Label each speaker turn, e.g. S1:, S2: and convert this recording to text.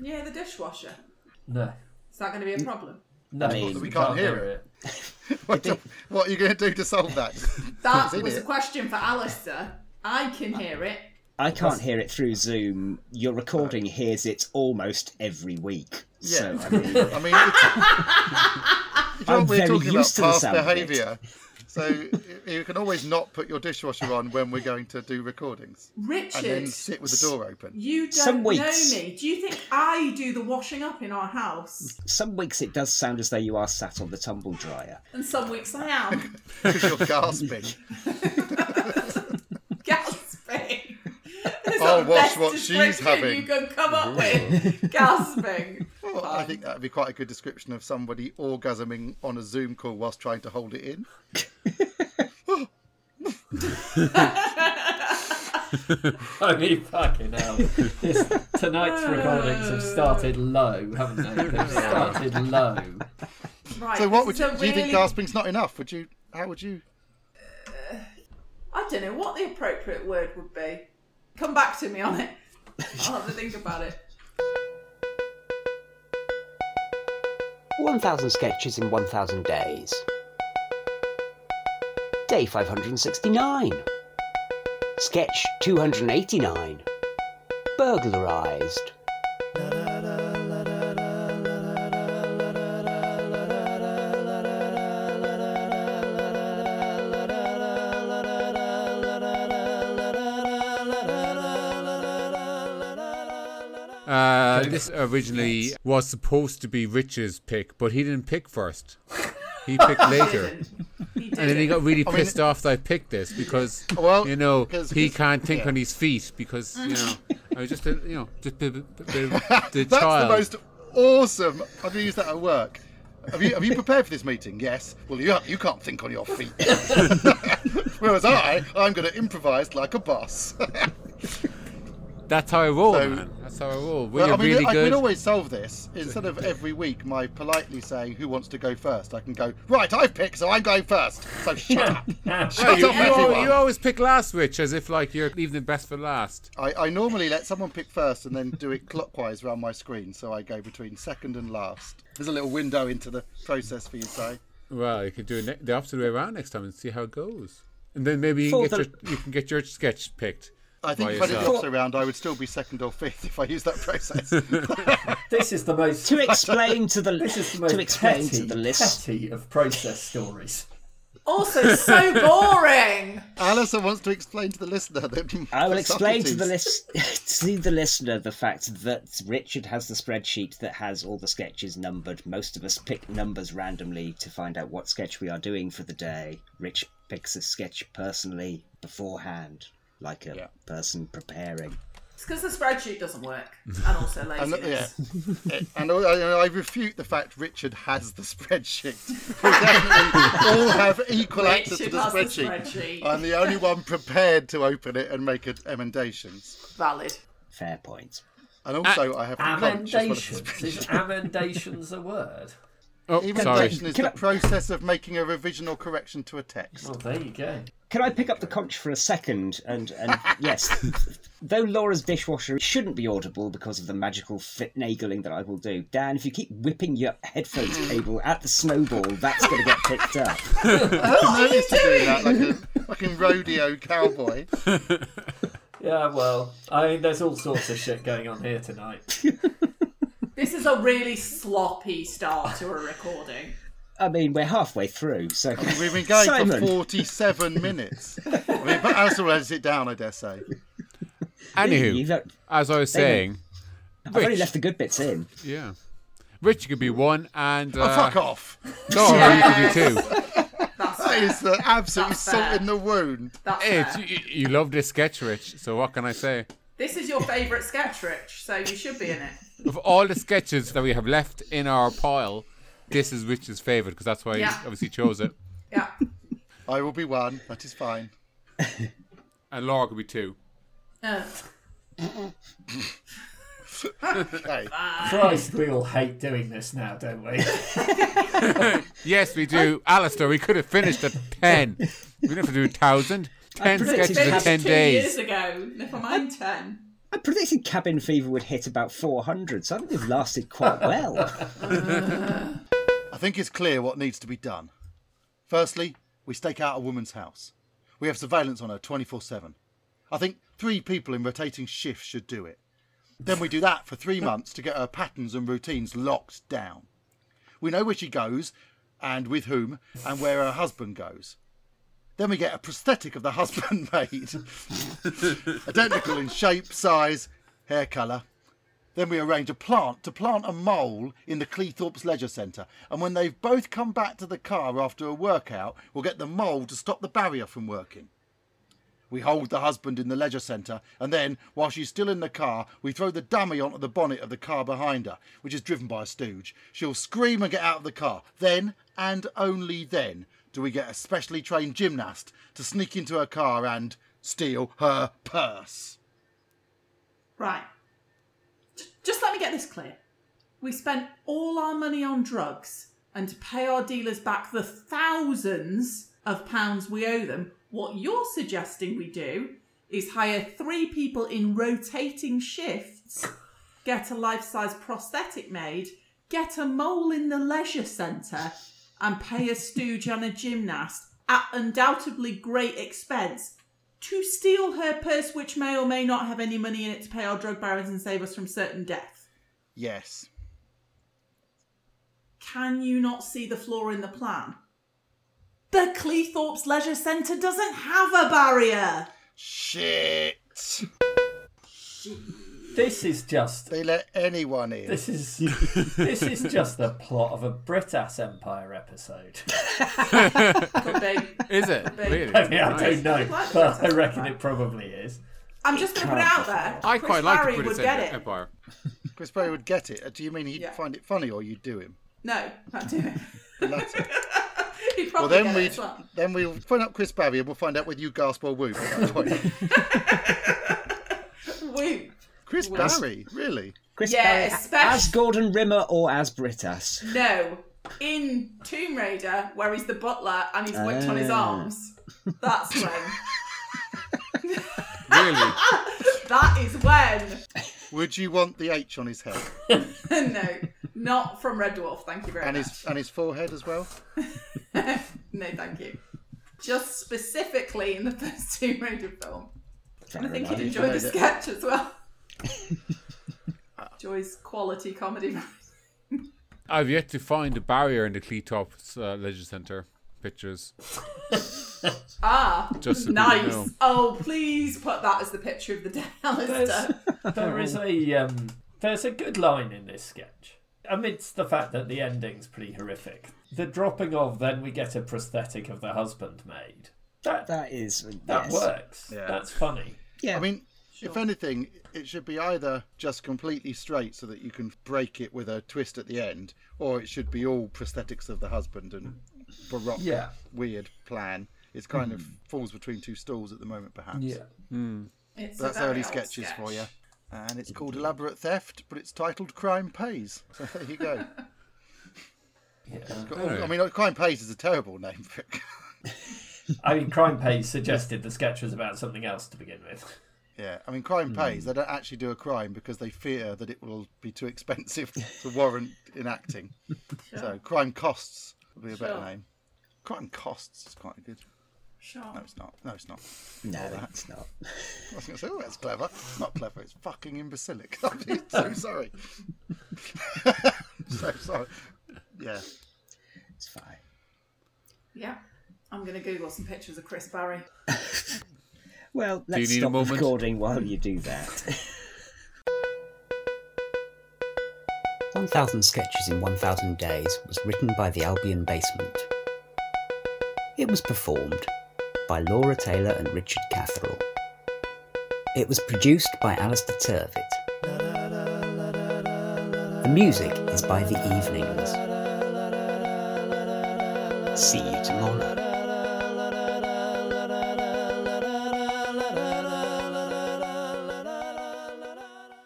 S1: Yeah, the dishwasher.
S2: No.
S1: Is that going
S3: Mm.
S1: to be a problem?
S2: No,
S4: I mean,
S2: you
S4: we
S2: can't,
S4: can't
S2: hear
S4: hear
S2: it.
S4: I
S3: What,
S4: think-
S3: what are you going to do to solve that?
S1: That
S3: Isn't
S1: was a
S3: it?
S1: question for Alistair. I can hear it.
S4: I can't hear it through Zoom. Your recording hears it almost every week. So, I mean,
S3: I mean, it's, you know
S4: I'm
S3: what we're
S4: very
S3: talking about
S4: used to the
S3: past
S4: sound of it.
S3: behaviour. So you- you can always not put your dishwasher on when we're going to do recordings, and
S1: Richard,
S3: then sit with the door open.
S1: you don't
S4: Some weeks.
S1: know me. Do you think I do the washing up in our house?
S4: some weeks it does sound as though you are sat on the tumble dryer.
S1: And some weeks I am.
S3: because you're gasping.
S1: Gasping. It's
S3: I'll
S1: the
S3: watch
S1: best
S3: what she's
S1: description
S3: having.
S1: You can come up with gasping.
S3: Well, I
S4: Um,
S3: think that would be quite a good description of somebody orgasming on a Zoom call whilst trying to hold it in.
S2: Holy fucking hell. This, tonight's recordings have started low, haven't they? They've started low.
S1: Right.
S3: So, what would
S1: this
S3: you,
S1: is a
S3: do you think
S1: really-
S3: gasping's not enough? Would you? How would you?
S1: I don't know what the appropriate word would be. Come back to me on it. I'll have to think about it.
S5: 1000 Sketches in 1000 Days. Day 569. Sketch 289. Burglarized.
S6: Uh, this originally was supposed to be Rich's pick, but he didn't pick first. He picked later.
S1: He did.
S6: And then he
S1: it.
S6: got really
S3: I mean-
S6: pissed off that I picked this because,
S3: Well,
S6: you know,
S3: 'cause-
S6: he
S3: 'cause-
S6: can't think
S3: yeah.
S6: on his feet because, you know, I was just, a, you know, just a, bit- bit- bit of the
S3: That's
S6: child.
S3: the most awesome. I've used that at work. Have you, have you prepared for this meeting? Yes. Well, you, you can't think on your feet. Whereas I, I'm going to improvise like a boss.
S6: That's how I roll,
S3: So-
S6: man. That's how I roll. When
S3: Well,
S6: you're
S3: I mean,
S6: really
S3: I
S6: good.
S3: can always solve this. Instead of every week, my politely saying who wants to go first, I can go, right, I've picked, so I'm going first. So shut up.
S6: No,
S3: shut
S6: you,
S3: up,
S6: you al-
S3: everyone.
S6: you always pick last, Rich, as if like you're leaving the best for last.
S3: I, I normally let someone pick first and then do it clockwise around my screen, so I go between second and last. There's a little window into the process for you, say.
S6: Well, you could do it ne- the opposite way around next time and see how it goes, and then maybe you can,
S4: For
S6: get
S4: the-
S6: your, you can get your sketch picked.
S3: I think
S6: by
S3: if I did the
S6: yourself.
S3: opposite round, I would still be second or fifth if I used that process.
S2: This is the most.
S4: To explain to the
S2: This is the most
S4: to explain
S2: petty,
S4: to the list,
S2: petty of process stories.
S1: Also, so boring.
S3: Alison wants to explain to the listener that
S4: I will explain to the
S3: Socrates-
S4: list to the listener the fact that Richard has the spreadsheet that has all the sketches numbered. Most of us pick numbers randomly to find out what sketch we are doing for the day. Rich picks a sketch personally beforehand, like a person preparing.
S1: It's because the spreadsheet doesn't work, and also
S3: And, that- yeah.
S1: laziness.
S3: and I, I refute the fact Richard has the spreadsheet. We definitely all have equal access to
S1: Richard
S3: the
S1: has the
S3: spreadsheet.
S1: spreadsheet.
S3: I'm the only one prepared to open it and make it emendations.
S1: Valid.
S4: Fair point.
S6: Uh,
S3: And also, I have a coach as well as the
S2: Amendations. Is
S3: spreadsheet.
S2: amendations a word?
S6: Oh, sorry.
S3: Emendation is the process of making a revision or correction to a text.
S2: Oh, there you go.
S4: Can I pick up the conch for a second? And, and yes, though Laura's dishwasher shouldn't be audible because of the magical finagling that I will do, Dan, if you keep whipping your headphones cable at the snowball, that's going to get picked up.
S3: I noticed you doing that like a fucking rodeo cowboy.
S2: Yeah, well, I mean, there's all sorts of shit going on here tonight.
S1: This is a really sloppy start to a recording.
S4: I mean, we're halfway through, so
S3: We've been going
S4: Simon,
S3: for 47 minutes. I mean, but Alison will edit it down, I dare say.
S4: you've
S6: Anywho,
S4: not-
S6: as I was saying,
S4: I've only
S6: Rich.
S4: left the good bits in.
S6: yeah, Rich could be one, and uh,
S3: Oh, fuck off.
S6: Laura
S1: Yes.
S6: you could be two.
S1: That's
S3: That is the absolute
S1: That's
S3: salt
S1: fair.
S3: in the wound.
S1: that's
S6: Hey,
S1: fair.
S6: it's- you, you love this sketch, Rich. So what can I say?
S1: This is your favourite sketch, Rich, so you should be in it.
S6: Of all the sketches that we have left in our pile, this is Rich's favorite because that's why
S1: Yeah.
S6: he obviously chose it.
S1: Yeah.
S3: I will be one. That is fine.
S6: And Laura could be two.
S1: Uh,
S3: Okay.
S2: Christ, we all hate doing this now, don't we?
S6: Yes, we do.
S1: Oh.
S6: Alistair, we could have finished at 10. We didn't have to do 1,000. 10
S4: predicted
S6: sketches in
S4: that's
S6: 10
S1: two
S6: days.
S1: years ago. Never mind ten.
S4: I predicted cabin fever would hit about 400, so I think they've lasted quite well.
S3: I think it's clear what needs to be done. Firstly, we stake out a woman's house. We have surveillance on her 24 7. I think three people in rotating shifts should do it. Then we do that for three months to get her patterns and routines locked down. We know where she goes and with whom and where her husband goes. Then we get a prosthetic of the husband made, identical in shape, size, hair colour, then we arrange a plant to plant a mole in the Cleethorpes Leisure Centre. And when they've both come back to the car after a workout, we'll get the mole to stop the barrier from working. We hold the husband in the leisure centre, and then, while she's still in the car, we throw the dummy onto the bonnet of the car behind her, which is driven by a stooge. She'll scream and get out of the car. Then, and only then, do we get a specially trained gymnast to sneak into her car and steal her purse.
S1: Right. J- Just let me get this clear. We spent all our money on drugs, and to pay our dealers back the thousands of pounds we owe them, what you're suggesting we do is hire three people in rotating shifts, get a life size prosthetic made, get a mole in the leisure centre, and pay a stooge and a gymnast at undoubtedly great expense to steal her purse, which may or may not have any money in it to pay our drug barons and save us from certain death.
S3: Yes.
S1: Can you not see the flaw in the plan? The Cleethorpes Leisure Centre doesn't have a barrier.
S3: Shit!
S2: This is just
S3: They let anyone in.
S2: this is this is just the plot of a Britass Empire episode.
S1: Could be.
S6: Is it?
S1: Big.
S6: Really?
S2: I mean, I don't know,
S1: Nice.
S2: but I reckon it probably is.
S1: I'm just going to put it out there.
S6: I
S1: Chris
S6: quite like
S1: Barry
S6: to put
S1: would
S6: it
S1: get
S6: in
S1: it.
S6: a bar.
S3: Chris Berry would get it. Uh, Do you mean he'd
S1: Yeah.
S3: find it funny or you'd do him?
S1: No, can't do it.
S3: The latter.
S1: He'd
S3: well,
S1: probably
S3: then
S1: get it
S3: we'd
S1: as well.
S3: then we'll phone up Chris Barry and we'll find out whether you gasp or whoop at that point.
S1: Whoop.
S3: Chris Barry, really?
S4: Chris
S1: Yeah,
S4: Barry,
S1: especially-
S4: as Gordon Rimmer or as Britas.
S1: No, in Tomb Raider, where he's the butler and he's whipped on his
S4: Ah.
S1: arms. That's when.
S6: Really?
S1: That is when.
S3: Would you want the H on his head
S1: no, not from Red Dwarf. Thank you very
S3: and
S1: much.
S3: his and his forehead as well?
S1: No, thank you. Just specifically in the first Tomb Raider film. And I think he'd enjoy the
S3: Enjoyed it.
S1: sketch as well. Joy's quality comedy.
S6: I've yet to find a barrier in the Cleetops uh, Leisure Centre pictures.
S1: Ah,
S6: Just so people
S1: nice.
S6: know.
S1: Oh, please put that as the picture of the day,
S2: There's,
S1: Alistair.
S2: there is a um, there's a good line in this sketch. Amidst the fact that the ending's pretty horrific, the dropping of then we get a prosthetic of the husband made. That that,
S4: That is. yes.
S2: works.
S3: Yeah.
S2: That's funny.
S4: Yeah.
S3: I mean, if anything, it should be either just completely straight so that you can break it with a twist at the end, or it should be all prosthetics of the husband and baroque
S2: Yeah. Mm.
S3: weird plan. It's kind of falls between two stools at the moment, perhaps.
S1: It's a
S3: That's
S1: very
S3: early
S1: old
S3: sketches
S1: sketch.
S3: for you. And it's called Elaborate Theft, but it's titled Crime Pays. So there you go. Got all- I mean, Crime Pays is a terrible name for it.
S2: I mean, Crime Pays suggested the sketch was about something else to begin with.
S3: yeah, I mean, Crime Pays, they don't actually do a crime because they fear that it will be too expensive to warrant enacting. So Crime Costs would be a better
S1: Sure.
S3: name. Crime Costs is quite a good.
S1: Sure.
S3: No, it's not. No, it's not.
S4: no, it's not.
S3: I was going to say, oh, that's clever. Not clever, it's fucking imbecilic. I'm so sorry. so sorry. Yeah.
S4: It's fine.
S1: Yeah. I'm going to Google some pictures of Chris Barry.
S4: Well, let's
S6: need a
S4: stop
S6: moment?
S4: recording while you do that.
S5: 1000 Sketches in 1000 Days was written by the Albion Basement. It was performed by Laura Taylor and Richard Catherall. It was produced by Alistair Turvitt. The music is by The Evenings. See you tomorrow.